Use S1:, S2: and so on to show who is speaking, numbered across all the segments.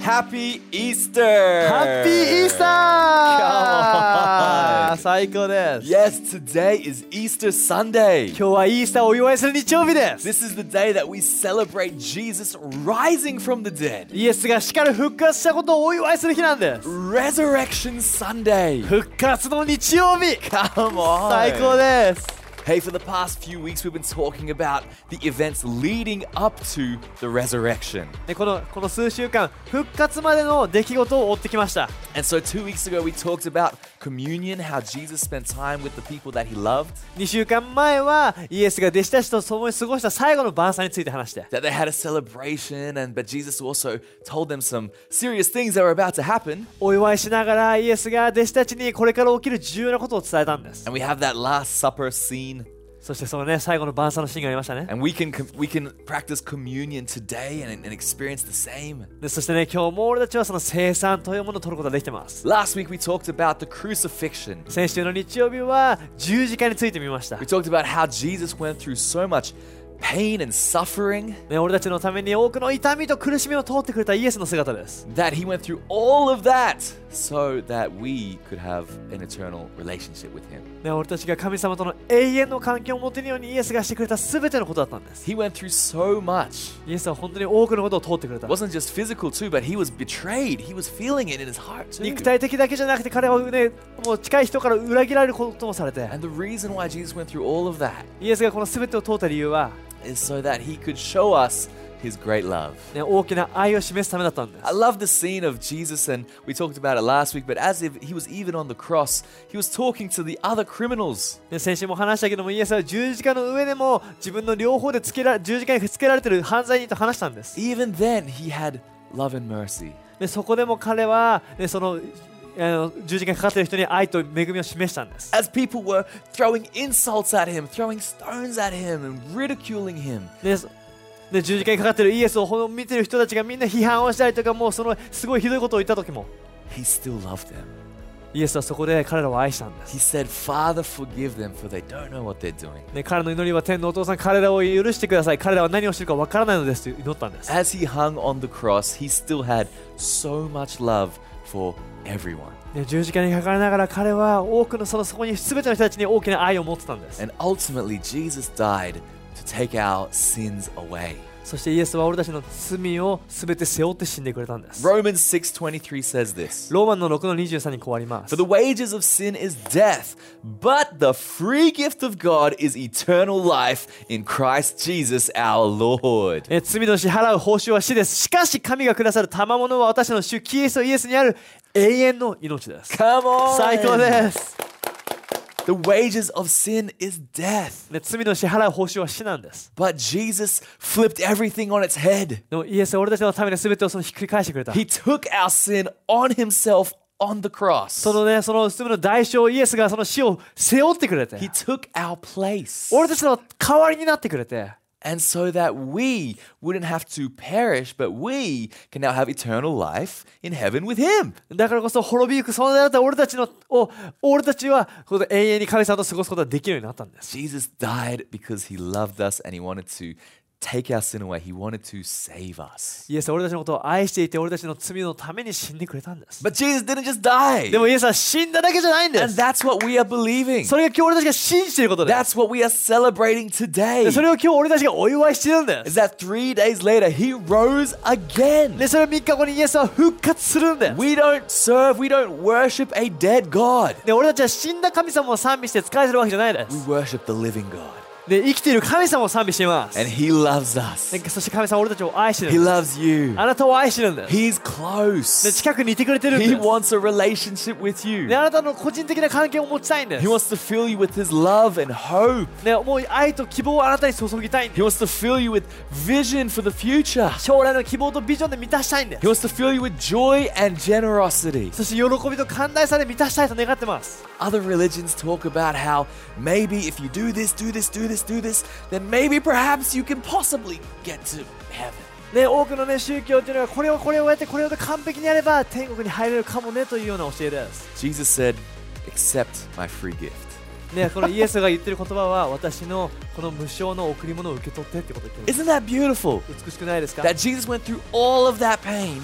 S1: ハッピーイースター
S2: うハッピーイースター最高です
S1: Yes, today is Easter Sunday.
S2: 今日はイースターをお祝いする日曜日です
S1: This is the day that we celebrate Jesus rising from the dead.
S2: イエスが死から復活したことをお祝いする日なんです
S1: Resurrection Sunday.
S2: 復活の日曜日
S1: Come on.
S2: 最高です
S1: Hey, for the past few weeks, we've been talking about the events leading up to the resurrection.
S2: でこのこの数週間復活までの出来事を追ってきました
S1: And so, two weeks ago, we talked about communion, how Jesus spent time with the people that he loved,
S2: 2週間前はイエスが弟子たちと共に過ごした最後の晩餐について話して
S1: that they had a celebration, and but Jesus also told them some serious things that were about to happen.
S2: お祝いしながらイエスが弟子たちにこれから起きる重要なことを伝えたんです
S1: And we have that Last Supper scene
S2: そしてそのね最後の晩餐のシーンがありましたね
S1: And we can com- we can practice communion today and, and experience the same.
S2: でそしてね今日も俺たちはその生産というものを取ることができてます
S1: Last week we talked about the crucifixion.
S2: 先週の日曜日は十字架について見ました
S1: We、talked about how Jesus went through so much pain and suffering
S2: ね、俺たちのために多くの痛みと苦しみを通ってくれたイエスの姿です
S1: that he went through all of that so that we could have an eternal relationship with him.
S2: ね、俺たちが神様との永遠の関係を持てるようにイエスがしてくれた全てのことだったんです
S1: He went through so much.
S2: イエスは本当に多くのことを通ってくれた
S1: It wasn't just physical too, but he was betrayed. He was feeling it in his heart too.
S2: 肉体的だけじゃなくて彼はねもう近い人から裏切られることもされて
S1: And the reason why Jesus went through all of that
S2: イエスがこの全てを通った理由は、
S1: is so that he could show us his great love.
S2: ね、大きな愛を示すためだったんです
S1: I love the scene of Jesus, and we talked about it last week, but as if he was even on the cross, he was talking to the other criminals.
S2: ね先週も話したけどもイエスは十字架の上でも自分の両方でつけら十字架につけられてる犯罪人と話したんです
S1: Even then, he had love and mercy.
S2: でそこでも彼は、ね、そのあの十字架にかかってる人に愛と恵みを示したんです
S1: As people were throwing insults at him, throwing stones at him, and ridiculing him,
S2: でそで十字架にかかってるイエスをほん見てる人たちがみんな批判をしたりとかもうそのすごいひどいことを言った時も
S1: he still loved them.
S2: イエスはそこで彼らを愛したんです
S1: He said, Father, forgive them, for they don't know what they're doing.
S2: ね、彼の祈りは天のお父さん彼らを許してください彼らは何をしてるかわからないのですと祈ったんです
S1: As he hung on the cross, he still had so much love for everyone.
S2: ね十字架にかかりながら彼は多くのそのそこに全ての人たちに大きな愛を持ってたんです
S1: And ultimately, Jesus died to take our sins away.
S2: そしてイエスは俺たちの罪を全て背負って死んでくれたんです
S1: Romans 6:23 says this.
S2: ローマンの6の23にこうあります
S1: For the wages of sin is death, but the free gift of God is eternal life in Christ Jesus our Lord.
S2: え罪の支払う報酬は死ですしかし神がくださる賜物は私の主キリストイエスにある永遠の命です
S1: Come on!
S2: 最高です
S1: The wages of sin is death,
S2: ね罪の支払う報酬は死なんです
S1: but Jesus flipped everything on its head.
S2: でもイエスは俺たちのために全てをそのひっくり返してくれた
S1: He took our sin on himself on the cross.
S2: そのね、その罪の代償をイエスがその死を背負ってくれて
S1: He、took our place.
S2: 俺たちの代わりになってくれて、
S1: And so that we wouldn't have to perish, but we can now have eternal life in heaven with Him.
S2: だからこそ滅びゆく存在だった俺たちのを、俺たちはこの永遠に神様と過ごすことができるようになったんです。
S1: Jesus died because He loved us and He wanted to take our sin away. He wanted to save us.
S2: イエスは俺たちのことを愛していて、俺たちの罪のために死んでくれたんです。
S1: But Jesus didn't just die.
S2: でもイエスは死んだだけじゃないんで
S1: And
S2: す。
S1: that's what we are believing.
S2: それが今日俺たちが信じていることです。
S1: That's what we are celebrating today.
S2: でそれを今日俺たちがお祝いしてるんで
S1: Is
S2: す。
S1: that three days later He rose again.
S2: で、それを3日後にイエスは復活するんです。
S1: We don't serve, we don't worship a dead God.
S2: で、俺たちは死んだ神様を賛美して使いするわけじゃないで
S1: We
S2: す。
S1: worship the living God.
S2: で生きている神様を賛美しています
S1: And He loves us.
S2: でそして神様は俺たちを愛してる
S1: He
S2: んです
S1: loves you.
S2: あなたを愛してるんです
S1: He's
S2: で
S1: close.
S2: 近くにいてくれてるんで
S1: He
S2: す
S1: wants a relationship with
S2: で
S1: you.
S2: あなたの個人的な関係を持ちたいんです
S1: He wants to fill you with His love and hope.
S2: ね、もう愛と希望をあなたに注ぎたいんで
S1: He wants to fill you with vision for the future.
S2: 将来の希望とビジョンで満たしたいんです
S1: He wants to fill you with joy and generosity.
S2: そして喜びと寛大さで満たしたいと願ってます
S1: Other religions talk about how maybe if you do this, do this, do this, do this, then maybe perhaps you can possibly get to heaven.
S2: ね、多くの、ね、宗教というのはこれをこれをやってこれを完璧にやれば天国に入れるかもねというような教えです
S1: Jesus said, Accept my free gift.
S2: ね、このイエスが言ってる言葉は私のこの無償の贈り物を受け取ってってことを言ってる
S1: Isn't that beautiful?
S2: 美しくないですか
S1: That Jesus went through all of that pain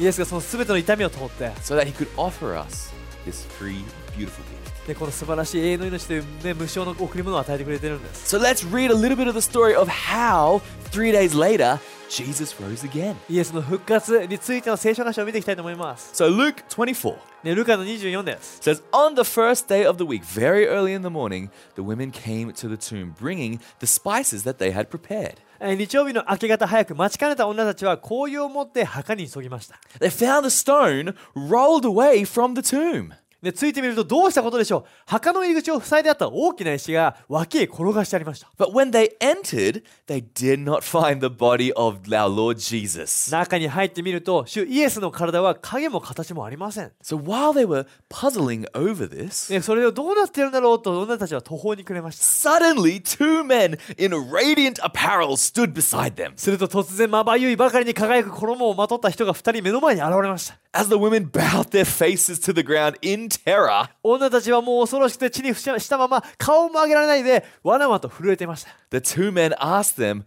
S2: イエスがその全ての痛みを通って
S1: so that he could offer us this free, beautiful gift.
S2: でこの素晴らしい永遠の命という、ね、無償の贈り物を与えてくれてるんです
S1: So let's read a little bit of the story of how three days later Jesus rose again.
S2: イエスの復活についての聖書箇所を見ていきたいと思います、
S1: So Luke 24.
S2: ね、ルカの24です、
S1: says on the first day of the week very early in the morning the women came to the tomb bringing the spices that they had prepared
S2: えー日曜日の明け方早く待ちかねた女たちは紅葉を持って墓に急ぎました
S1: they found the stone rolled away from the tomb
S2: でついてみるとどうしたことでしょう墓の入り口を塞いであった大きな石が脇へ転がしてありました
S1: but when they entered they did not find the body of our lord jesus
S2: 中に入ってみると主イエスの体は影も形もありません
S1: so while they were puzzling over this
S2: ね、それをどうなってるんだろうと女たちは途方に暮れました
S1: suddenly two men in radiant apparel stood beside them
S2: すると突然まばゆいばかりに輝く衣をまとった人が2人目の前に現れました
S1: as the women bowed their faces to the ground in terror
S2: 女たちはもう恐ろしくて地に伏ししたまま顔も上げられないでわなわと震えていました
S1: The two men asked them,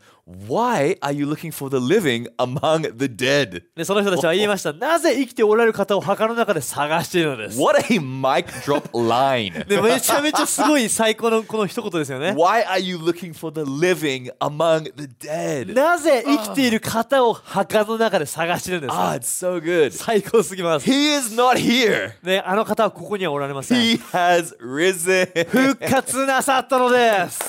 S1: Why are you looking for the living among the dead?
S2: でその人たちは言いましたなぜ生きておられる方を墓の中で探しているのです
S1: What a mic drop line.
S2: でめちゃめちゃすごい最高のこの一言ですよね
S1: Why are you looking for the living among the dead?
S2: なぜ生きている方を墓の中で探しているんですか
S1: Ah, it's so good.
S2: 最高すぎます、
S1: He is not here.
S2: ね、あの方はここにはおられません
S1: He has risen.
S2: 復活なさったのです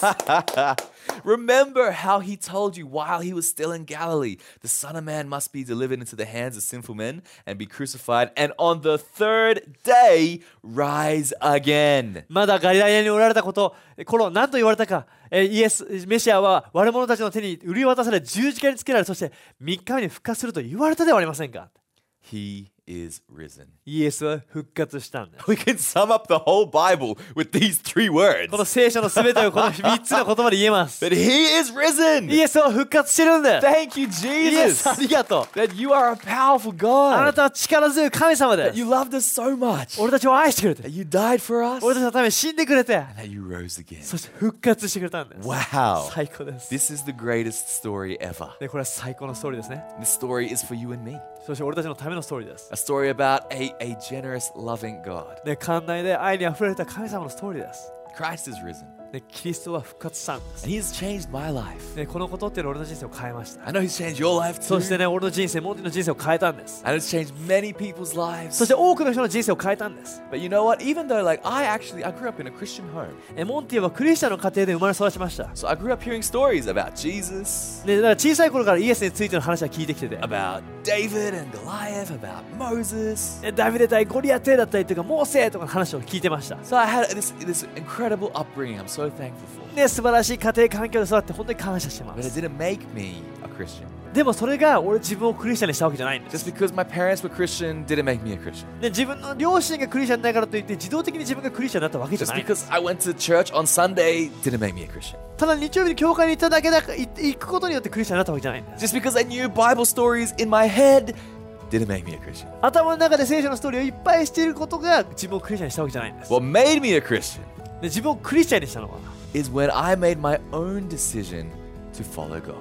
S1: Remember how he told you while he was still in Galilee the Son of Man must be delivered into the hands of sinful men and be crucified, and on the third day rise again.
S2: まだガリラヤにおられたこと、コロ、何と言われたか、えーイエス、メシアは悪者たちの手に売り渡され十字架につけられ、そして3日目に復活すると言われたではありませんか。
S1: He is risen.
S2: イエスは復活したんだ。
S1: We can sum up the whole Bible with these three
S2: この
S1: words.
S2: 聖書のすべてをこの3つの言葉で言 えます。
S1: That he is risen.
S2: イエスは復活してるんだよ。
S1: Thank you,
S2: イエス、
S1: Jesus.
S2: ありがとう。
S1: That you are a powerful
S2: あな
S1: God.
S2: たは力強い神様で
S1: That you loved us so much.
S2: 俺たちを愛してくれて
S1: That、you died for us.
S2: 俺
S1: And
S2: たちのために死んでくれて、
S1: that you rose again.
S2: そして復活してくれたんです。
S1: Wow.
S2: 最高です。
S1: This is the greatest story ever.
S2: で、これは最高のストーリーですね。
S1: This story is for you and me.
S2: そして俺たちのためのストーリーです。
S1: A story about a, a generous, loving God.
S2: ね、寛大で愛にあふれた神様のストーリーです。
S1: Christ is risen.
S2: ね、キリストは復活したんです。
S1: And he has changed my life.
S2: ね、このことっていうのは俺の人生を変えました。
S1: I know he's changed your life
S2: そ
S1: too.
S2: してね、俺の人生、モンティの人生を変えたんです。
S1: And it's changed many people's lives.
S2: そして多くの人の人生を変えたんです。
S1: But you know what? Even though, like, I actually I grew up in a Christian home,
S2: えモンティはクリスチャンの家庭で生まれ育ちました。
S1: so I grew up hearing stories about Jesus,
S2: ね、だから小さい頃からイエスについての話は聞いてきてて。
S1: about David and Goliath, about Moses.
S2: ねダビデ対ゴリアテだったりとか、モーセとかの話を聞いてました。
S1: So I had this this incredible upbringing. I'm so thankful for.
S2: ね、素晴らしい家庭環境で育って本当に感謝してま
S1: But it
S2: す。
S1: didn't make me a Christian.
S2: でもそれが俺自分をクリスチャンにしたわけじゃないんで
S1: Just
S2: す。
S1: because my parents were Christian didn't make me a Christian.
S2: ね、自分の両親がクリスチャンだからといって自動的に自分がクリスチャンになったわけじゃ
S1: Just
S2: ないんです。
S1: because I went to church on Sunday didn't make me a Christian.
S2: ただ日曜日に教会に行っただけだかい行くことによってクリスチャンになったわけじゃないんです。
S1: Just because I knew Bible stories in my head didn't make me a Christian.
S2: 頭の中で聖書のストーリーをいっぱいしていることが自分をクリスチャンにしたわけじゃないんです。で
S1: What made me a Christian
S2: 自分をクリスチャンにしたのは
S1: is when I made my own decisionと follow God.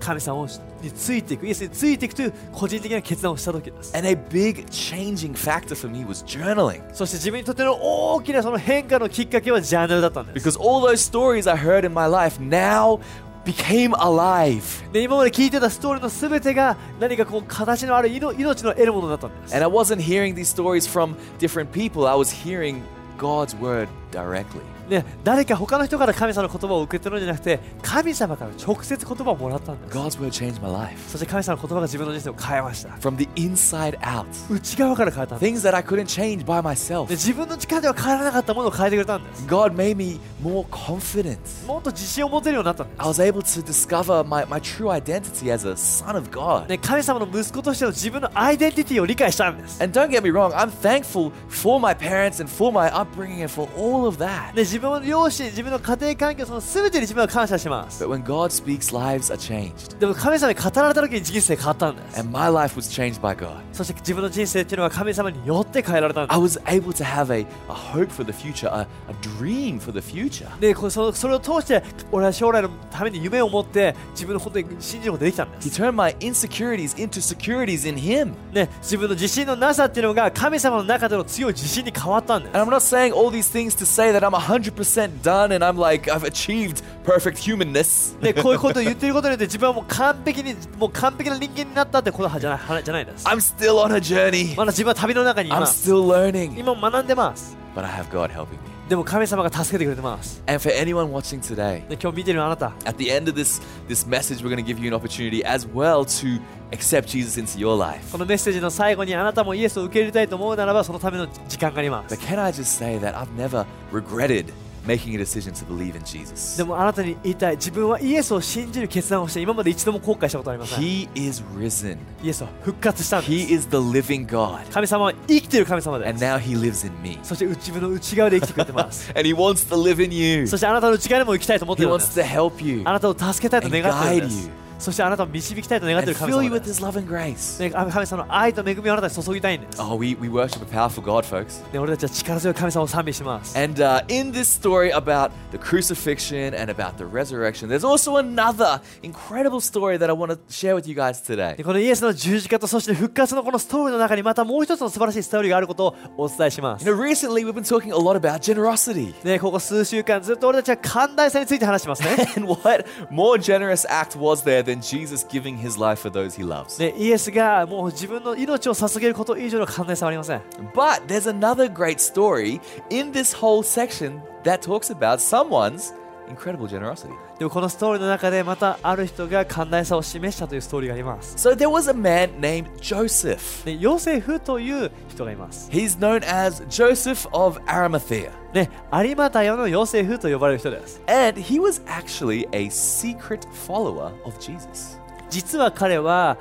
S2: 神様についていく、イエスについていくという個人的な決断をした時です。
S1: And a big changing factor for me was journaling.
S2: そして自分にとっての大きなその変化のきっかけはジャーナルだったんです。
S1: Because all those stories I heard in my life now became alive.
S2: で今まで聞いてたストーリーの全てが何かこう形のあるいの命の得るものだったんです
S1: And。I wasn't hearing these stories from different people, I was hearing God's word directly.
S2: ね、誰か他の人から神様の言葉を受け取るんじゃなくて神様から直接言葉をもらったんだ
S1: God's word changed my life
S2: そして神様の言葉が自分の人生を変えました
S1: from the inside out.
S2: 内側から変えたんだ
S1: Things that I couldn't change by myself.
S2: で自分の力では変えられなかったものを変えてくれたんです
S1: God made me more confident.
S2: もっと自信を持てるようになったんで
S1: I was able to discover my, my true identity as a son of God.
S2: す、ね、神様の息子としての自分のアイデンティティを理解したんです、ね、
S1: And don't get me wrong, I'm thankful for my parents and for my upbringing and for all of that.
S2: 自分の両親自分の家庭環境その全てに自分は感謝します
S1: But when God speaks, lives are changed.
S2: でも神様に語られた時に人生変わったんです
S1: And my life was changed by God.
S2: そして自分の人生っていうのは神様によって変えられたんで
S1: I
S2: す
S1: was able to have a, a hope for the future, a, a dream for the future.
S2: でこうそのそれを通して俺は将来のために夢を持って自分のことに信じることができたんで
S1: He
S2: す、
S1: turned my insecurities into securities in Him.
S2: ね、自分の自信のなさっていうのが神様の中での強い自信に変わったんです
S1: And I'm not saying all these things to say that I'm 100% done and I'm like, I've achieved perfect humanness.
S2: でこういうことを言ってることによって自分はもう完璧にもう完璧な人間になったってことはじゃない話じゃないです。
S1: I'm still on a journey.
S2: まだ自分は旅の中にい
S1: I'm
S2: ます。
S1: still learning.
S2: 今も学んでます。
S1: But I have God helping me.
S2: でも神様が助けてくれてます。
S1: And for anyone watching today,
S2: で今日見てるあなた、
S1: at the end of this, this message, we're going to give you an opportunity as well to accept Jesus into your life.
S2: このメッセージの最後にあなたもイエスを受け入れたいと思うならばそのための時間があります
S1: But。can I just say that I've never regretted making a decision to believe in Jesus?
S2: でもあなたに言いたい自分はイエスを信じる決断をして今まで一度も後悔したことはありません。
S1: He
S2: イ
S1: is risen,
S2: エスは復活したん
S1: He
S2: です。
S1: is the living God.
S2: 神様は生きてる神様で
S1: And
S2: す。
S1: now He lives in me.
S2: そして自分の内側で生きてくれて ます。
S1: And He wants to live in you,
S2: そしてあなたの内側にも生きたいと思って
S1: He
S2: るんで
S1: wants
S2: す
S1: to。help you
S2: あなたを助けたいと願っているんで
S1: And guide you.
S2: す。そしてあなたを導きたいと願ってい
S1: and
S2: る神
S1: fill
S2: 様
S1: you
S2: で
S1: with
S2: す
S1: His。love and grace.
S2: ね神神様の愛と恵みをあなたに注ぎたいんです。
S1: Oh, we, we worship a powerful God, folks.
S2: ね俺たちは力強い神様を賛美します。
S1: And uh, in this story about the crucifixion and about the resurrection, there's also another incredible story that I want to share with you guys today.
S2: でこのイエスの十字架とそして復活のこのストーリーの中にまたもう一つの素晴らしいストーリーがあることをお伝えしま
S1: You
S2: す
S1: know,。recently we've been talking a lot about generosity.。
S2: ね、ここ数週間ずっと俺たちは寛大さについて話してますね
S1: And what more generous act was there than Jesus giving his life for those he loves?
S2: ね、イエスがもう自分の命を捧げること以上の寛大さはありません。
S1: But there's another great story in this whole section that talks about someone's incredible generosity.
S2: でもこのストーリーの中でまたある人が寛大さを示したというストーリーがあります。
S1: So there was a man named Joseph.
S2: ね、ヨセフという人がいます。
S1: He's known as Joseph of Arimathea.
S2: ね、有馬太陽のヨセフと呼ばれる人です。
S1: And he was actually a secret follower of Jesus.
S2: 実は彼は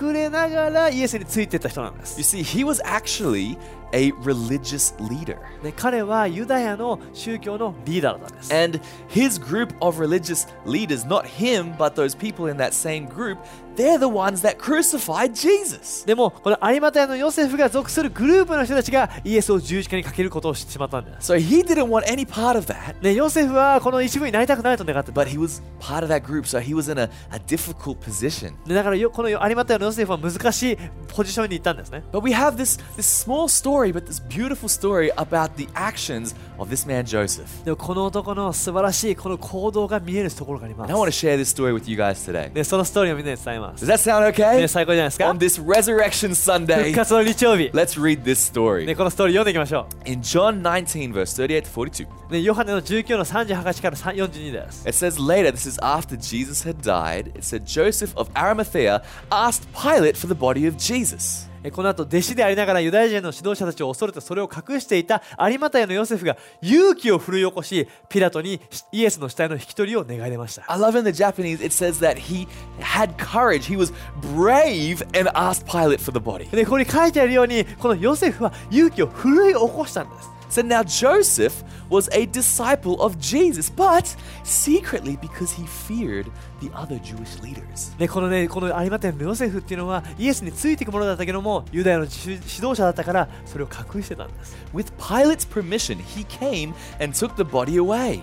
S2: 隠れながらイエスについてった人なんで
S1: You
S2: す。
S1: see, he was actually a religious leader.
S2: で彼はユダヤの宗教のリーダーだったんです。
S1: And his group of religious leaders, not him, but those people in that same group, they're the ones that crucified Jesus.
S2: でもこの有馬太のヨセフが属するグループの人たちがイエスを十字架にかけることをしてしまったんです。
S1: So he didn't want any part of that,
S2: ね、ヨセフはこの一部になりたくないと願ってた
S1: but he was part of that group, so he was in a, a difficult position.
S2: でだからよこの有馬太のヨセフは難しいポジションに行ったんですね。
S1: But we have this, this small story, but this beautiful story about the actions of this man Joseph.
S2: でもこの男の素晴らしいこの行動が見えるところがありま
S1: And I want to
S2: す。
S1: share this story with you guys today.
S2: でそのストーリーをみんなに伝えます
S1: Does。that sound okay?
S2: ね、最高じゃないですか
S1: On。this Resurrection
S2: 復
S1: Sunday,
S2: 活の日曜日。
S1: let's read this
S2: ね、
S1: story.
S2: このストーリー読んでいきましょう。
S1: In John 19, verse 38 to 42,
S2: ね、ヨハネの19の38から42です。
S1: it says later, this is after Jesus had died, it said Joseph of Arimathea asked Pilate for the body of Jesus.
S2: えこの後、弟子でありながらユダヤ人の指導者たちを恐れてそれを隠していた有馬タのヨセフが勇気を振り起こし、ピラトにイエスの死体の引き取りを願い出ました。
S1: I love in the Japanese, it says that he had courage, he was brave, and asked Pilate for the body.
S2: で、ここに書いてあるように、このヨセフは勇気を奮い起こしたんです。
S1: So now Joseph was a disciple of Jesus, but secretly because he feared the other Jewish leaders.
S2: で、このね、この有馬タのヨセフっていうのはイエスについていくものだったけども、ユダヤの指指導者だったからそれを隠してたんです。
S1: With Pilate's permission, he came and took the body away.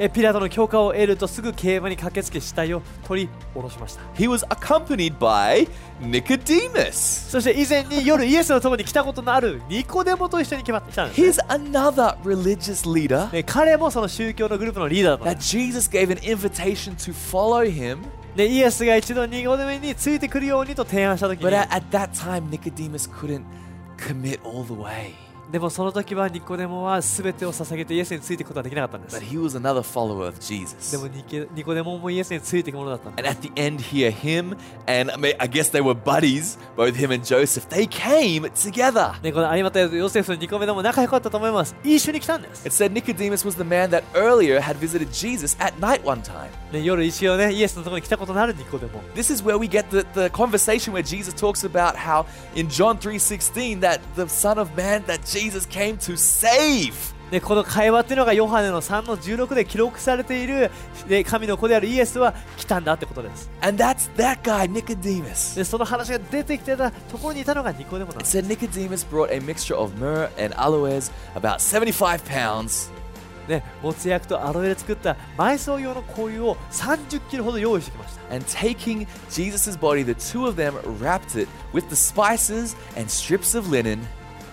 S2: えピラトの許可を得るとすぐ競馬に駆けつけ死体を取り下ろしました。
S1: He was accompanied by Nicodemus.
S2: そして以前に夜イエスのとこに来たことのあるニコデモと一緒に来ま来たんですね、
S1: Here's another religious leader
S2: ね彼もその宗教のグループのリーダーだったん
S1: that
S2: です
S1: Jesus gave an invitation to follow him,
S2: でイエスが一度ニコデモについてくるようにと提案した時に
S1: but at, at that time, Nicodemus couldn't commit all the way.
S2: でもその時はニコデモは全てを捧げてイエスについていくことはできなかったんで
S1: But
S2: す。
S1: he was another follower of
S2: で
S1: Jesus.
S2: もニケニコデモもイエスについていくものだったんで
S1: And at the end here, him and I, mean, I guess they were buddies, both him and Joseph, they came together.
S2: す。で、この有馬とヨセフのニコデモも仲良かったと思います。一緒に来たんです。
S1: It said Nicodemus was the man that earlier had visited Jesus at night one time.
S2: で夜一応ね、イエスのところに来たことのあるニコデモ。
S1: This is where we get the, the conversation where Jesus talks about how in John 3:16 that the Son of Man that Jesus came to save.
S2: でこの会話っていうのがヨハネの3の16で記録されているで神の子であるイエスは来たんだってことです
S1: And that's that guy, Nicodemus.
S2: でその話が出てきてたところにいたのがニコデモなんで
S1: It
S2: す
S1: said Nicodemus brought a mixture of myrrh and aloes, about 75 pounds.
S2: ねもつ薬とアロエで作った埋葬用の香油を30キロほど用意してきました
S1: And taking Jesus' body, the two of them wrapped it with the spices and strips of linen.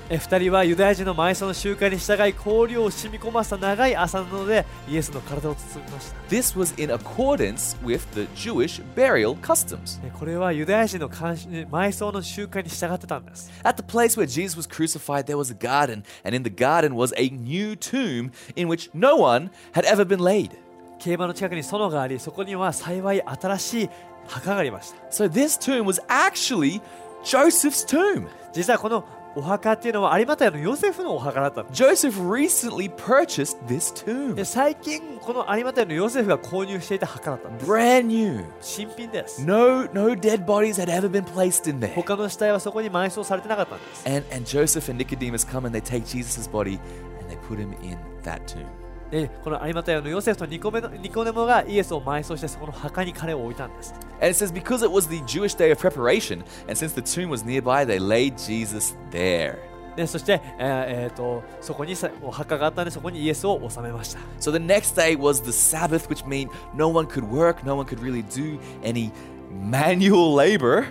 S2: え2人はユダヤ人の埋葬の習慣に従い香料を染み込ませた長い麻布でイエスの体を包みました
S1: This was in accordance with the Jewish burial customs.
S2: でこれはユダヤ人の慣習埋葬の習慣に従ってたんです
S1: At the place where Jesus was crucified, there was a garden, and in the garden was a new tomb in which no one had ever been laid.
S2: 競馬の近くに園がありそこには幸い新しい墓がありました
S1: So this tomb was actually Joseph's tomb.
S2: 実はこのお墓っていうのは有馬タのヨセフのお墓だったの
S1: Joseph recently purchased this tomb.
S2: で最近この有馬タのヨセフが購入していた墓だったんです
S1: Brand new.
S2: 新品です
S1: No no dead bodies had ever been placed in there.
S2: 他の死体はそこに埋葬されてなかったんです
S1: And and Joseph and Nicodemus come and they take Jesus' body and they put him in that tomb.
S2: でこの有馬タのヨセフとニコメのニコデモがイエスを埋葬してそこの墓に彼を置いたんです
S1: And it says because it was the Jewish day of preparation, and since the tomb was nearby, they laid Jesus there.
S2: でそして、えーえーとそこにさお墓があったんでそこにイエスを納めました
S1: So the next day was the Sabbath, which meant no one could work, no one could really do any manual labor.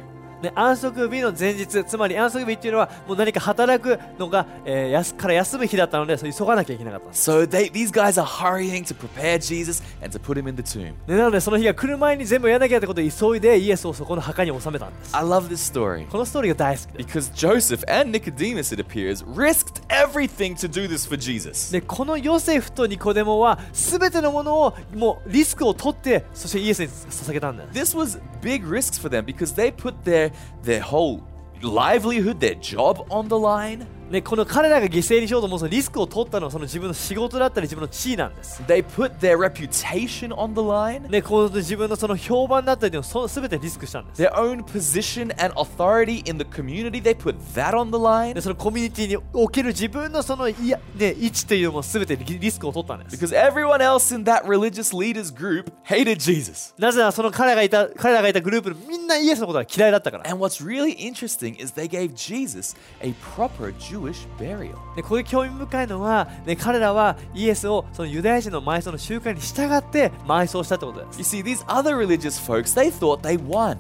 S2: で安息日の前日つまり安息日っていうのはもう何か働くのが、えーやすから休む日だったのでそう急がなきゃいけなかったんです
S1: So they, these guys are hurrying to prepare Jesus and to put him in the tomb.
S2: でなのでその日が来る前に全部やらなきゃってことで急いでイエスをそこの墓に収めたんです
S1: I love this story
S2: このストーリーが大好きで
S1: because Joseph and Nicodemus, it appears, risked everything to do this for Jesus.
S2: でこのヨセフとニコデモは全てのものをもうリスクを取ってそしてイエスに捧げたんだよ
S1: This was big risks for them because they put their their whole livelihood, their job on the line.
S2: でこの彼らが犠牲にしようと思うそのリスクを取ったのはその自分の仕事だったり自分の地位なんです
S1: They put their reputation on the line.
S2: でこの自分のその評判だったりのその全てリスクしたんです
S1: their own position and authority in the community. They put that on the line
S2: でそのコミュニティにおける自分のそのいや、ね、位置というのも全てリリスクを取ったんです
S1: because everyone else in that religious leaders group hated Jesus.
S2: なぜならその彼がいた彼らがいたグループのみんなイエスのことが嫌いだったから
S1: And what's really interesting is they gave Jesus a proper Jewish burial.
S2: でこれ興味深いのは、ね、彼らはイエスをそのユダヤ人の埋葬の習慣に従って埋葬したってことです
S1: You see, these other religious folks, they thought they won.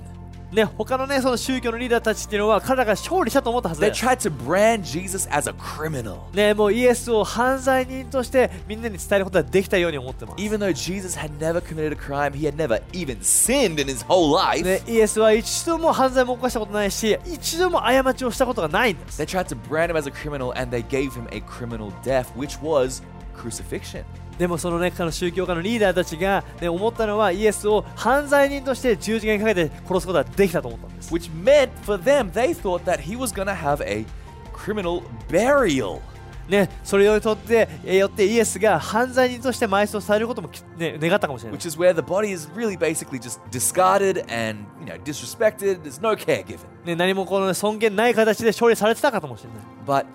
S2: ね、他のね、その宗教のリーダーたちっていうのは、彼らが勝利したと思ったはず
S1: They
S2: だよ。
S1: tried to brand Jesus as a criminal,
S2: ね、もうイエスを犯罪人としてみんなに伝えることができたように思ってます。
S1: even though Jesus had never committed a crime, he had never even sinned in his whole life.
S2: ね、イエスは一度も犯罪も犯したことないし、一度も過ちをしたことがないんです。
S1: They tried to brand him as a criminal and they gave him a criminal death, which was crucifixion.
S2: でもそのね、彼の宗教家のリーダーたちが、ね、思ったのは、イエスを犯罪人として十字架にかけて殺すことができたと思ったんです。
S1: which meant for them they thought that he was going to have a criminal burial.
S2: ね、それにとって、えよってイエスが犯罪人として埋葬されることもき、ね、願ったかもしれない
S1: Which。is where the body is really basically just discarded and, you know, disrespected. There's no care given.
S2: ね、何もこの尊厳ない形で勝利されてたかもしれない。
S1: But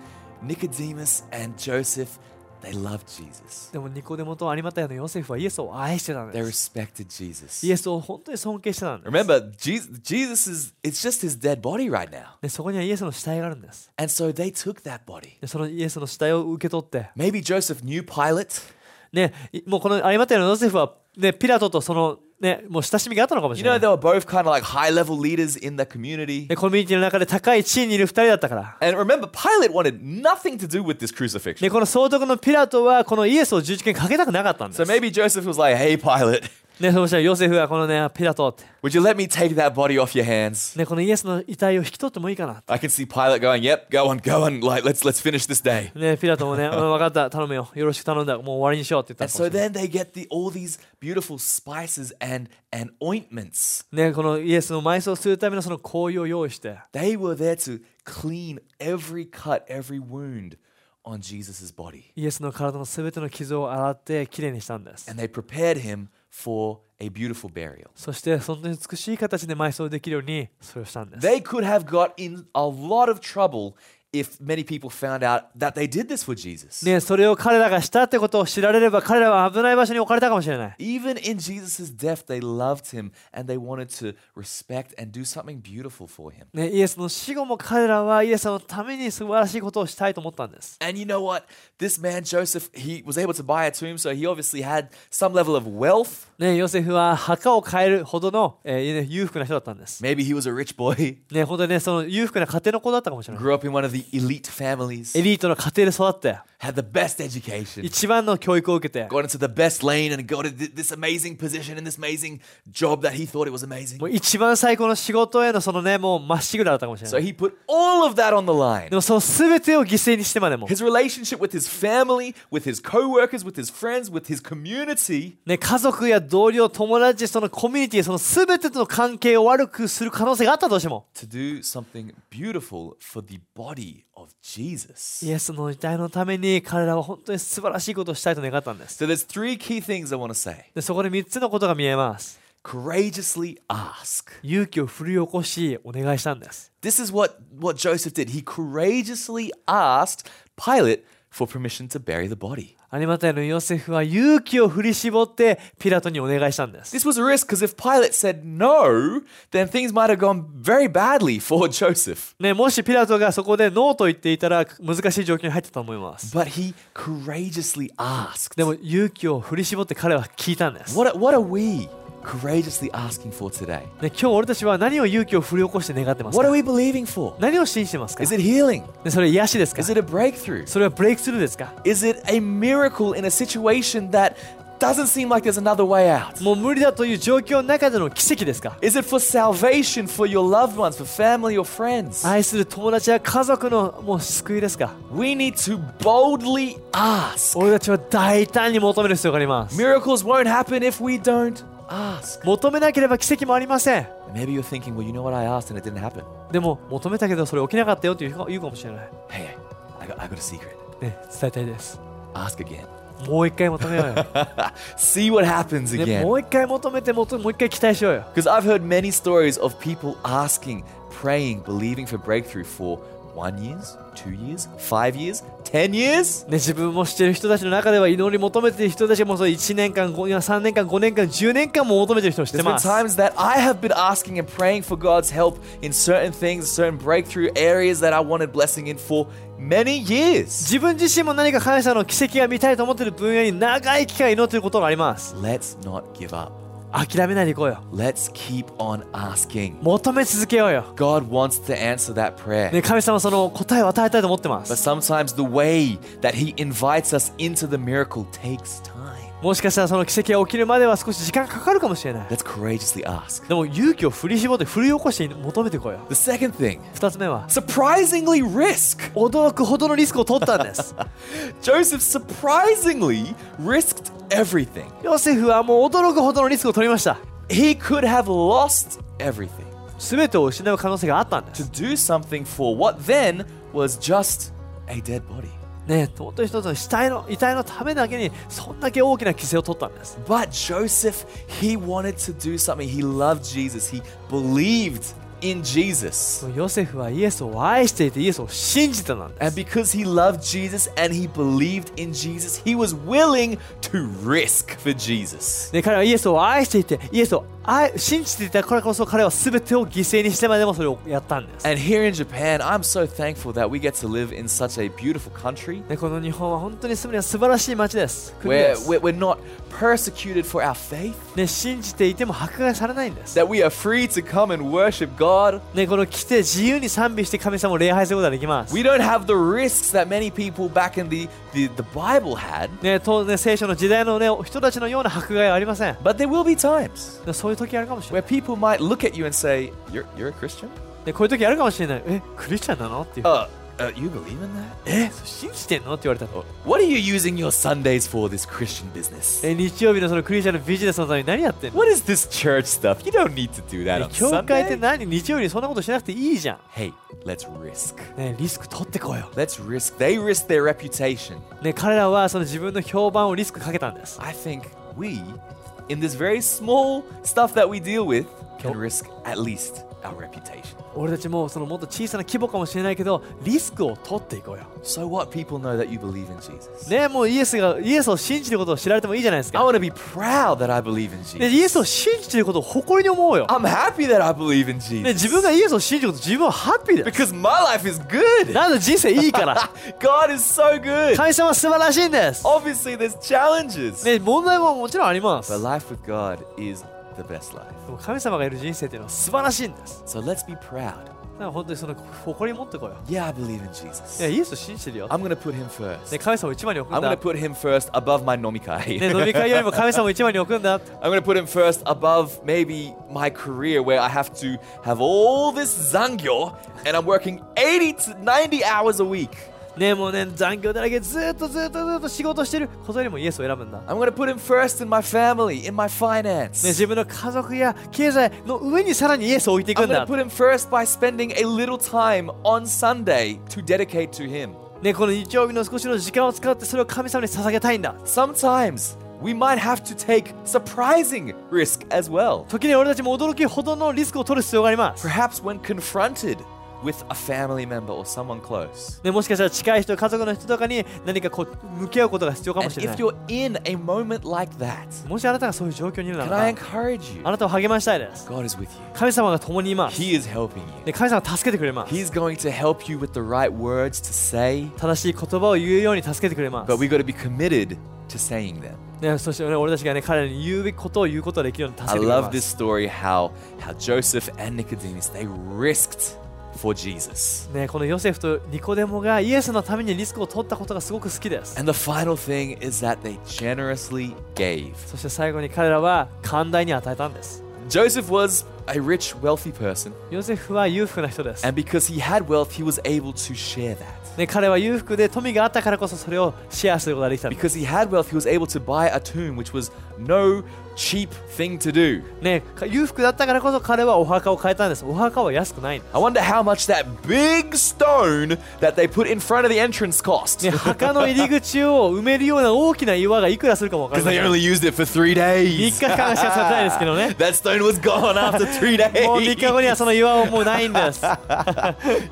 S1: Nicodemus and Joseph, they loved Jesus.
S2: でもニコデモと有馬タイのヨセフはイエスを愛してたん
S1: They
S2: です。
S1: respected Jesus.
S2: イエスを本当に尊敬してたんです。
S1: Remember, Jesus, Jesus is it's just his dead body right now.
S2: でそこにはイエスの死体があるんです。
S1: And so they took that body.
S2: でそのイエスの死体を受け取って、
S1: Maybe Joseph knew Pilate.
S2: ね、いもうこの有馬タイのヨセフは、ね、ピラトとその、ね、もう親しみがあったのかもし
S1: You
S2: れな
S1: know,
S2: い。
S1: they were both kind of like high level leaders in the community.
S2: でコミュニティの中で高い地位にいる2人だったから。
S1: And remember, Pilate wanted nothing to do with this crucifixion.
S2: でこの総督のピラトはこのイエスを十字架にかけたくなかったんで
S1: So
S2: す。
S1: maybe Joseph was like, hey, Pilate,
S2: ね、そしたらヨセフがこのね、ピラトって、
S1: Would you let me take that body off your hands?
S2: ね、このイエスの遺体を引き取ってもいいかな。
S1: I can see Pilate going, "Yep, go on, go on. Like, let's let's finish this day."
S2: ね、ピラトもね、うん、 分かった、頼むよ。よろしく頼んだ。もう終わりにしようって言
S1: And
S2: ったかも
S1: so
S2: しれない
S1: then they get the all these beautiful spices and and ointments.
S2: ね、このイエスの埋葬するためのその香油を用意して、
S1: They were there to clean every cut, every wound on Jesus' body.
S2: イエスの体のすべての傷を洗ってきれいにしたんです。
S1: And they prepared him for a beautiful burial.
S2: そして、本当に美しい形で埋葬できるように、それをしたんです。
S1: They could have got in a lot of trouble if many people found out that they did this for Jesus.
S2: ね、それを彼らがしたってことを知られれば、彼らは危ない場所に置かれたかもしれない。
S1: Even in Jesus' death, they loved him and they wanted to respect and do something beautiful for him.
S2: ね、イエスの死後も彼らはイエスのために素晴らしいことをしたいと思ったんです。
S1: And you know what? This man, Joseph, he was able to buy a tomb, so he obviously had some level of wealth.
S2: ね、ヨセフは墓を変えるほどの、えー裕福な人だったんです。
S1: Maybe he was a rich boy,
S2: ね、本当にね、その裕福な家庭の子だったかもしれない。
S1: grew up in one of the elite families,
S2: エリートの家庭で育って、
S1: had the best education,
S2: 一番の教育を受けて、
S1: got into the best lane, and got th- this amazing position and this amazing job that he thought it was amazing.
S2: もう一番最高の仕事へのそのね、もうまっしぐらだったかもしれな
S1: So
S2: い。
S1: he put all of that on the line.
S2: でもその全てを犠牲にして までも、
S1: His relationship with his family, with his co-workers, with his friends, with his community.
S2: ね、家族や同僚、友達、そのコミュニティ、その全てとの関係を悪くする可能性があったとしても、
S1: to do something beautiful for the body of Jesus.
S2: イエスの遺体のために彼らは本当に素晴らしいことをしたいと願ったんです。
S1: So there's three key things I want to say.
S2: でそこで3つのことが見えます。
S1: Courageously ask.
S2: 勇気を振り起こし、お願いしたんです。
S1: This is what what Joseph did. He courageously asked Pilate for permission to bury the body.
S2: アニマタイのヨセフは勇気を振り絞ってピラトにお願いしたんです。
S1: This was a risk because if Pilate said no, then things might have gone very badly for Joseph.
S2: ね、もしピラトがそこでノーと言っていたら難しい状況に入ってたと思います。
S1: But he courageously asked.
S2: でも勇気を振り絞って彼は聞いたんです。ね、
S1: What what are we courageously asking for today?
S2: 今日俺たちは何を勇気を振り起こして願ってます
S1: What are
S2: か
S1: we believing for?
S2: 何を信じてますか
S1: Is it healing?
S2: ね、それ癒しですか
S1: Is it a breakthrough?
S2: それはブレイクスルーですか
S1: Is it a miracle in a situation that doesn't seem like there's another way out?
S2: もう無理だという状況の中での奇跡ですか
S1: Is it for salvation for your loved ones, for family or friends?
S2: 愛する友達や家族のもう救いですか
S1: We need to boldly ask.
S2: 俺たちは大胆に求める必要があります。
S1: Miracles won't happen if we don't ask.
S2: 求めなければ奇跡もありません。
S1: Maybe you're thinking, well, you know what? I asked and it didn't happen.
S2: でも求めたけどそれ起きなかったよって言うか言うかもしれない。
S1: Hey, I got, I got a secret.
S2: ね、伝えたいです。
S1: Ask again.
S2: もう一回求めようよ。
S1: See what happens
S2: ね、も
S1: again.
S2: う一回求めてもっともう一回期待しようよ。
S1: Because I've heard many stories of people asking, praying, believing for breakthrough for one years, two years, five years, ten years.
S2: ね、自分もしてる人たちの中では祈り求めてる人たちもそう1年間、5 3年間、5年間、10年間も求めてる人を知っ
S1: There's
S2: て
S1: been
S2: ます。
S1: times that I have been asking and praying for God's help in certain things, certain breakthrough areas that I wanted blessing in for many years.
S2: 自分自身も何か感謝の奇跡が見たいと思ってる分野に長い期間祈ってることがあります。
S1: Let's not give up.
S2: 諦めないでいこうよ。
S1: Let's keep on asking.
S2: 求め続けようよ。
S1: God wants to answer that
S2: ね、
S1: prayer.
S2: 神様はその答えを与えたいと思ってま
S1: But
S2: す。
S1: sometimes the way that He invites us into the miracle takes time.
S2: もしかしたらその奇跡が起きるまでは少し時間かかるかもしれない。
S1: Let's courageously ask.
S2: でも勇気を振り絞って振り起こして求めていこうよ。
S1: The second thing,
S2: 二つ目は
S1: surprisingly risk.
S2: 驚くほどのリスクを取ったんです
S1: Joseph surprisingly risked everything.
S2: ヨセフはもう驚くほどのリスクを取りました
S1: He could have lost everything.
S2: 全てを失う可能性があったんで
S1: to
S2: す
S1: do something for what then was just a dead body.
S2: ねえ本当に一つの死体の遺体のためだけにそんだけ大きな犠牲を取ったんです
S1: But Joseph, he wanted to do something. He loved Jesus. He believed in Jesus.
S2: ヨセフはイエスを愛していてイエスを信じたなんで
S1: And
S2: す
S1: because he loved Jesus and he believed in Jesus, he was willing to risk for Jesus.
S2: ね、彼はイエスを愛していてイエスを愛信じていたからこそ彼は全てを犠牲にしてまでもそれをやったんです、
S1: And here in Japan, I'm so thankful that we get to live in such a beautiful country
S2: ね、この日本は本当に住むには素晴らしい街です国
S1: where
S2: です
S1: we're we're not persecuted for our faith,
S2: ね、信じていても迫害されないんです
S1: that we are free to come and worship God.
S2: ね、この来て自由に賛美して神様を礼拝することができます。
S1: We don't have the risks that many people back in the, the, the Bible had,
S2: ね、とね聖書の時代の、ね、人たちのような迫害はありません。
S1: but there will be times
S2: ねそういう時あるかもしれ
S1: where
S2: ない。
S1: people might look at you and say, You're, you're a Christian?
S2: ね、こういう時あるかもしれない。え、クリスチャンなのっていう。
S1: Uh, uh, you believe in that?
S2: え、それ信じてんのって言われたら。
S1: What are you using your Sundays for, this Christian business?
S2: え、日曜日のそのクリスチャンのビジネスのために何やってんの
S1: What is this church stuff? You don't need to do that
S2: ね
S1: on
S2: 教会って
S1: Sunday.
S2: 何日曜日にそんなことしなくていいじゃ
S1: Hey, let's risk.
S2: ん。ね、リスク取ってこいよ。
S1: Let's risk. They risk their reputation.
S2: ね、彼らはその自分の評判をリスクかけたんです。
S1: I think we, in this very small stuff that we deal with, can risk at least our reputation.
S2: 俺たちもそのもっと小さな規模かもしれないけど、リスクを取っていこうよ。
S1: So what? People know that you believe in Jesus.
S2: ね、もうイエスがイエスを信じることを知られてもいいじゃないですか
S1: I。want to be proud that I believe in
S2: ね、
S1: Jesus.
S2: イエスを信じてることを誇りに思うよ。
S1: I'm happy that I believe in
S2: ね、自分
S1: Jesus.
S2: がイエスを信じること自分はハッピーだよ。
S1: Because my life is good.
S2: なんで人生いい から。
S1: God is so good.
S2: 神様は素晴らしいんです。
S1: Obviously, there's challenges.
S2: ね、問題ももちろんあります。で
S1: But life with God is the best life.
S2: も神様がいる人生っていうのは素晴らしいんです。
S1: So let's be proud.
S2: だから本当にその誇り持ってこいよ。
S1: Yeah, I believe in
S2: いや、
S1: Jesus.
S2: イエスを信じてるよ。
S1: I'm going to put him first.
S2: ね、神様を一番に置く
S1: I'm
S2: ん
S1: going
S2: だ
S1: to。put him first above my nomikai.
S2: ね、飲み会よりも神様を一番に置くんだ。
S1: I'm going to put him first above maybe my career where I have to have all this zangyo and I'm working 80 to 90 hours a week.
S2: ね、もうね、残業だらけずっとずっとずっと仕事してることよりもイエスを選ぶんだ。ね、
S1: I'm going to put him first in my family, in my finance.
S2: 自分の家族や経済の上にさらにイエスを置いていく
S1: I'm
S2: ん
S1: going
S2: だ
S1: to。put him first by spending a little time on Sunday to dedicate to him.
S2: ね、この日曜日の少しの時間を使ってそれを神様に捧げたいんだ。
S1: Sometimes we might have to take surprising risk as well.
S2: 時に俺たちも驚きほどのリスクを取る必要があります。
S1: Perhaps when confronted with a family member or someone close.
S2: ね、もしかしたら近い人、家族の人とかに何かこう向き合うことが必要かも
S1: And
S2: しれな
S1: if
S2: い。
S1: you're in a moment like that,
S2: もしあなたがそういう状況にいるな
S1: can
S2: ら
S1: I
S2: ば、
S1: encourage you?
S2: あなたを励ましたいです。
S1: God is with you.
S2: 神様が共にいます。
S1: He is helping you.
S2: ね、神様が助けてくれます。
S1: He's going to help you with the right words to say,
S2: 正しい言葉を言うように助けてくれま
S1: but
S2: す
S1: we。got to be committed to saying them.
S2: ね、そして、ね、俺たちがね、彼らに言うべきことを言うことができるように助け
S1: I
S2: てくれ
S1: love
S2: ま
S1: this
S2: す。
S1: story how how Joseph and Nicodemus they risked for Jesus.
S2: ね、このヨセフとニコデモがイエスのためにリスクを取ったことがすごく好きです。
S1: And the final thing is that they generously gave.
S2: そして最後に彼らは寛大に与えたんです。
S1: Joseph was a rich, wealthy person,
S2: ヨセフは裕福な人です。
S1: and because he had wealth, he was able to share that.
S2: ね、彼は裕福で富があったからこそそれをシェアすることができたんです
S1: Because he had wealth, he was able to buy a tomb, which was no cheap thing to do.
S2: ね、か裕福だったからこそ彼はお墓を変えたんです。お墓は安くないんで
S1: I wonder how much that big stone that they put in front of the entrance cost.
S2: す。ね、墓の入り口を埋めるような大きな岩がいくらするかもわかり
S1: Because
S2: ま
S1: they
S2: せん。
S1: only used it for three
S2: 3
S1: days.
S2: 日間しかされてないですけどね。
S1: that stone was gone after three days.
S2: もう3日後にはその岩はもうないん です。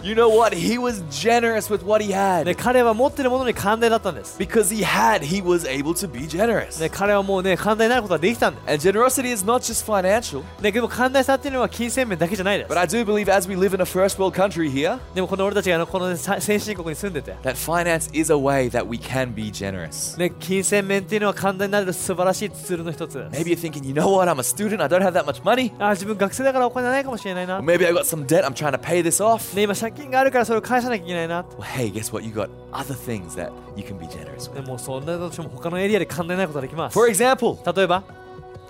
S1: you know what? He was generous with what he
S2: ね、
S1: had.
S2: 彼は持ってるものに寛大だったんです。
S1: Because he had, he was able to be generous.
S2: ね、彼はもうね、寛大になることができたんです。
S1: And generosity is not just financial,
S2: ね、でも寛大さっていうのは金銭面だけじゃないです
S1: but。I do believe as we live in a first world country here,
S2: でもこの俺たちがあのこのねさ先進国に住んでて、
S1: that finance is a way that we can be generous.
S2: ね、金銭面っていうのは寛大になる素晴らしいツールの一つです。
S1: Maybe you're thinking, you know what? I'm a student. I don't have that much money.
S2: あ自分学生だからお金ないかもしれないな。
S1: Or
S2: ね、
S1: maybe I got some debt. I'm trying to pay this off.
S2: 今借金があるからそれを返さなきゃいけないな。
S1: Well, hey, guess what? You got other things that you can be generous
S2: で
S1: with.
S2: もうそんな私も他のエリアで寛大になることができます
S1: For。example,
S2: 例えば、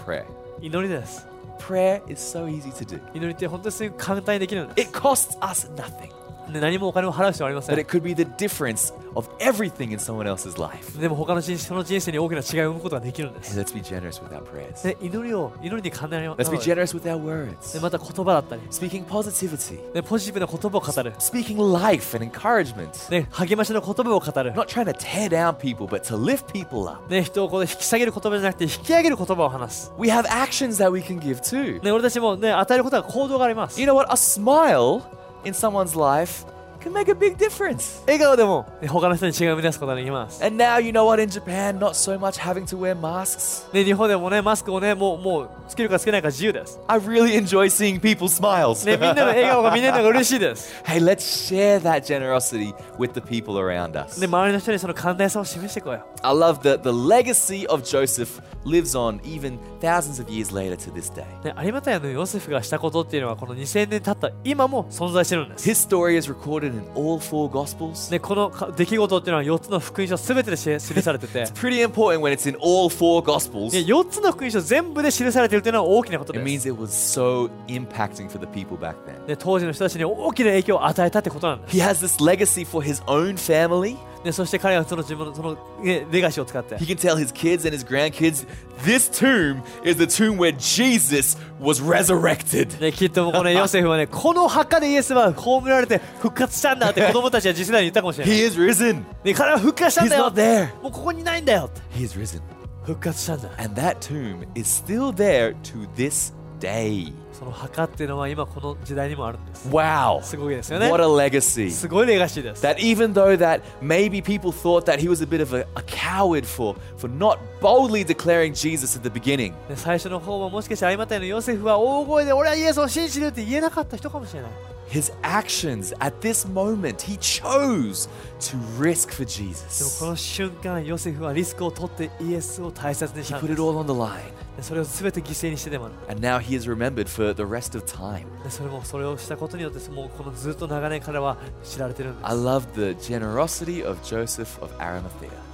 S1: prayer.
S2: 祈りです。
S1: Prayer is so easy to do.
S2: 祈りって本当にすぐ簡単にできるんで
S1: It costs us nothing,
S2: す。ね、何もお金を払う必要はありませ
S1: but it
S2: ん。
S1: could be the difference of everything in someone else's life.
S2: でも他の人その人生に大きな違いを生むことができるんで
S1: Hey,
S2: す。
S1: let's be generous with our prayers.
S2: ね、祈りを祈りに寛大にな
S1: Let's
S2: る
S1: be
S2: で
S1: generous with our words.
S2: また言葉だったり、
S1: Speaking positivity,
S2: ね、ポジティブな言葉を語る、
S1: speaking life and encouragement.
S2: ね、励ましの言葉を語る
S1: Not trying to tear down people, but to lift people up.
S2: ね、人をこう引き下げる言葉じゃなくて引き上げる言葉を話す、
S1: We have actions that we can give too.
S2: ね、俺たちも、ね、与えることは行動があります
S1: You know what? A smile in someone's life can make a big difference.
S2: 笑顔でもね他の人に違いを生み出すことができます。
S1: And now, you know what, in Japan, not so much having to wear masks.
S2: ね、日本でもね、マスクをね、もう、もう、つけるかつけないか自由です。
S1: I really enjoy seeing people's smiles.
S2: ね、みんなの笑顔が見れるのが嬉しいです。
S1: hey, let's share that generosity with the people around us.
S2: で、周りの人にその寛大さを示していこうよ。
S1: I love that the legacy of Joseph lives on even thousands of years later to this day.
S2: ね、アリマタヤのヨセフがしたことっていうのは、この2000年経った今も存在してるんです。
S1: His story is recorded in all four Gospels.
S2: ね、このか出来事っていうのは4つの福音書すべてでし記されて て、ね
S1: It's pretty important when it's in all four Gospels.
S2: 4つの福音書全部で記されてるっていうのは大きなこと
S1: It
S2: です。
S1: means it was so impacting for the people back then.
S2: ね、当時の人たちに大きな影響を与えたってこ となんです。
S1: He has this legacy for his own family.
S2: ね、そして彼はその自分のその、ね、レガシーを 使って、
S1: He can tell his kids and his grandkids this tomb is the tomb where Jesus was resurrected.
S2: ね、きっとこのヨセフ はね、この墓でイエスは葬られて復活したんだって子供たちは次世代に言ったかもしれない。
S1: He is risen.
S2: ね、彼は復活したんだ
S1: He's
S2: よ
S1: not there.
S2: もうここにないんだよって。
S1: He is risen.
S2: 復活したんだ。
S1: And that tomb is still there to this day.
S2: その墓っていうのは今この時代にもあるんです。
S1: Wow.
S2: すごいですよね
S1: What。a legacy.
S2: すごいレガシーです。
S1: That even though that maybe people thought that he was a bit of a, a coward for, for not boldly declaring Jesus at the beginning,
S2: ね最初の方はもしかして相またいのヨセフは大声で俺はイエスを信じるって言えなかった人かもしれない。
S1: his actions at this moment, he chose to risk for
S2: でも
S1: Jesus.
S2: この瞬間、ヨセフはリスクを取ってイエスを大切にし
S1: He
S2: たん
S1: put
S2: で
S1: it
S2: す。
S1: all on the line.
S2: でそれを全て犠牲にしてでもある。
S1: And now he is remembered for the rest of time.
S2: でそれもそれをしたことによってもうこのずっと長年彼は知られてるんです
S1: I。love the generosity of Joseph of Arimathea.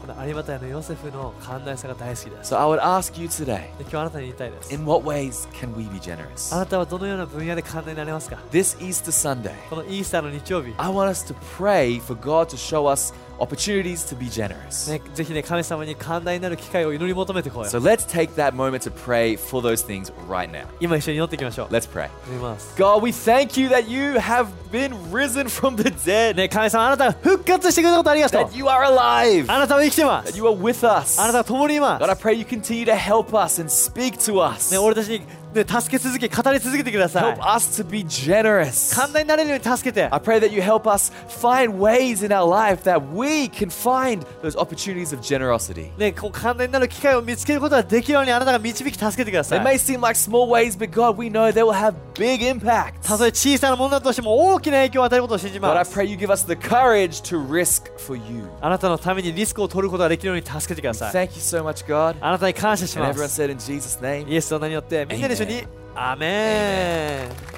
S2: この有馬隊のヨセフの寛大さが大好きです。
S1: So I would ask you today
S2: で今日あなたに言いたいです。
S1: in what ways can we be generous?
S2: あなたはどのような分野で寛大になれますか
S1: This Easter Sunday,
S2: このイースターの日曜日、
S1: I want us to pray for God to show us opportunities to be generous.
S2: ね、ぜひね、神様に寛大になる機会を祈り求めてこい
S1: So。let's take that moment to pray for those things right now.
S2: 今一緒に祈っていきましょう。
S1: Let's pray.
S2: 祈ります。
S1: God, we thank you that you have been risen from the dead,
S2: ね、神様、あなたが復活してくれたことありがとう
S1: that。you are alive,
S2: あなたは生きてま
S1: that
S2: す。
S1: you are with us.
S2: あなたは共にいま
S1: God, I
S2: す。
S1: pray you continue to help us and speak to us.
S2: ね、俺たちに、ね、助け続け、語り続けてくださ
S1: Help
S2: い。
S1: us to be generous.
S2: 寛大になれるように助けて
S1: I。pray that you help us find ways in our life that we can find those opportunities of generosity.
S2: ね、こう寛大になる機会を見つけることができるようにあなたが導き助けてくださ
S1: They
S2: い。
S1: may seem like small ways, but God, we know they will have big impacts.
S2: たとえ小さなものだとしても大きな影響を与えることを信じ
S1: God, I
S2: ます。
S1: pray you give us the courage to risk for you.
S2: あなたのためにリスクを取ることができるように助けてください。
S1: Thank you so much, God.
S2: あなたに感謝し
S1: And
S2: ま
S1: everyone
S2: す。
S1: said in Jesus' name.
S2: イエスの名によってみんなで一緒に
S1: Amen.。
S2: アメン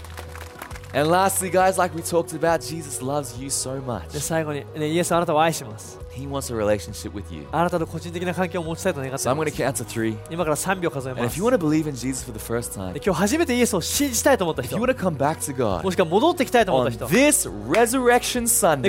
S1: And lastly, guys, like we talked about, Jesus loves you so much.
S2: で最後に、ね、イエスはあなたを愛します。
S1: He wants a relationship with you.
S2: あなたの個人的な関係を持ちたいと願って
S1: So
S2: い
S1: I'm
S2: ま
S1: going to
S2: す。
S1: count to three.
S2: 今から3秒数え
S1: And
S2: ま
S1: if
S2: す
S1: you。want to believe in Jesus for the first time,
S2: で今日初めてイエスを信じたいと思った
S1: if you
S2: 人、
S1: want to come back to God,
S2: もしくは戻ってきたいと思っ
S1: on
S2: た人、で
S1: this Resurrection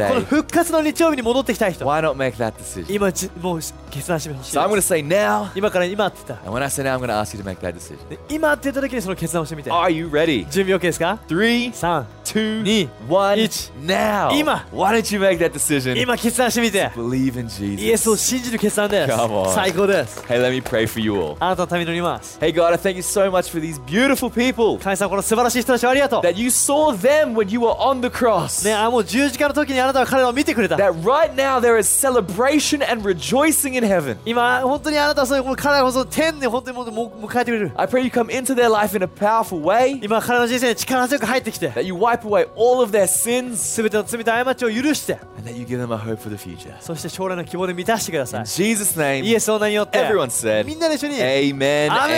S2: この
S1: Sunday,
S2: 復活の日曜日に戻ってきたい人、
S1: why not make that decision?
S2: 今じもう決断してほしい
S1: So I'm going
S2: で
S1: to
S2: す。
S1: say now,
S2: 今から今って言った
S1: and when I say now, I'm going to ask you to make that decision.
S2: で。今って言った時にその決断をしてみて。
S1: Are you ready?
S2: 準備 OK ですか
S1: Three,
S2: 3
S1: two,
S2: 2
S1: one,
S2: each.
S1: now.
S2: Ima.
S1: Why don't you make that decision?
S2: 今決断してみて
S1: Believe in
S2: イエスを
S1: Jesus.
S2: 信じる決断です
S1: Come on.
S2: 最高です
S1: Hey, let me pray for you all.
S2: あなたのために乗ります
S1: Hey, God, I thank you so much for these beautiful people
S2: 神様この素晴らしい人たちをありがとう
S1: that you saw them when you were on the cross.
S2: ねあもう十字架の時にあなたは彼らを見てくれた
S1: That right now there is celebration and rejoicing in heaven.
S2: 今本当にあなたはそういうこの彼らをその天に本当にもうもう迎えてくれる
S1: I pray you come into their life in a powerful way,
S2: 今彼らの人生に力強く入ってきて
S1: that you wipe away all of their sins,
S2: 全ての罪と過ちを許して
S1: and that you give them a hope for the future.
S2: そして将来の希望で満たしてくださ
S1: In
S2: い
S1: Jesus' name,
S2: イエスの名によって
S1: everyone said,
S2: みんなで一緒に
S1: Amen,
S2: ア
S1: amen.
S2: メ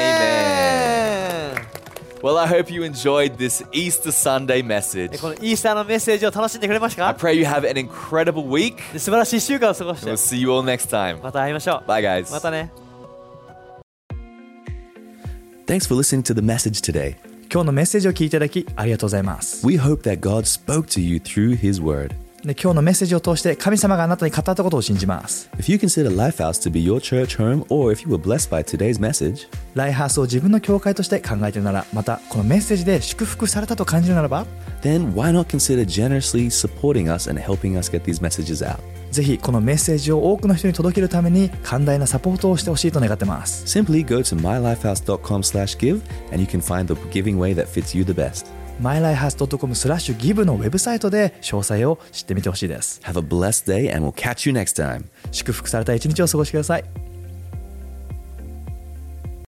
S2: ン
S1: Well, I hope you enjoyed this Easter Sunday message.
S2: でこのイースターのメッセージを楽しんでくれました
S1: I
S2: か
S1: pray you have an incredible week.
S2: で素晴らしい一週間を過ごし
S1: And we'll
S2: て
S1: see you all next time.
S2: また会いましょ
S1: Bye,
S2: う
S1: guys.
S2: またね
S3: Thanks for listening to the message today.
S4: 今日のメッセージを聞いていただきありがとうございます
S3: We hope that God spoke to you through His Word.
S4: で今日のメッセージを通して神様があなたに語ったことを信じます
S3: If you consider Lifehouse to be your church home, or if you were blessed by today's message,
S4: ライハースを自分の教会として考えているならまたこのメッセージで祝福されたと感じるならば
S3: then why not consider generously supporting us and helping us get these messages out?
S4: ぜひこのメッセージを多くの人に届けるために寛大なサポートをしてほしいと願ってます
S3: Simply go to mylifehouse.com/give and you can find the giving way that fits you the best.
S2: mylifehacks.com スラッシュギブのウェブサイトで詳細を知ってみてほしいです
S1: Have a blessed day, and we'll catch you next time.
S2: 祝福された一日を過ごしてください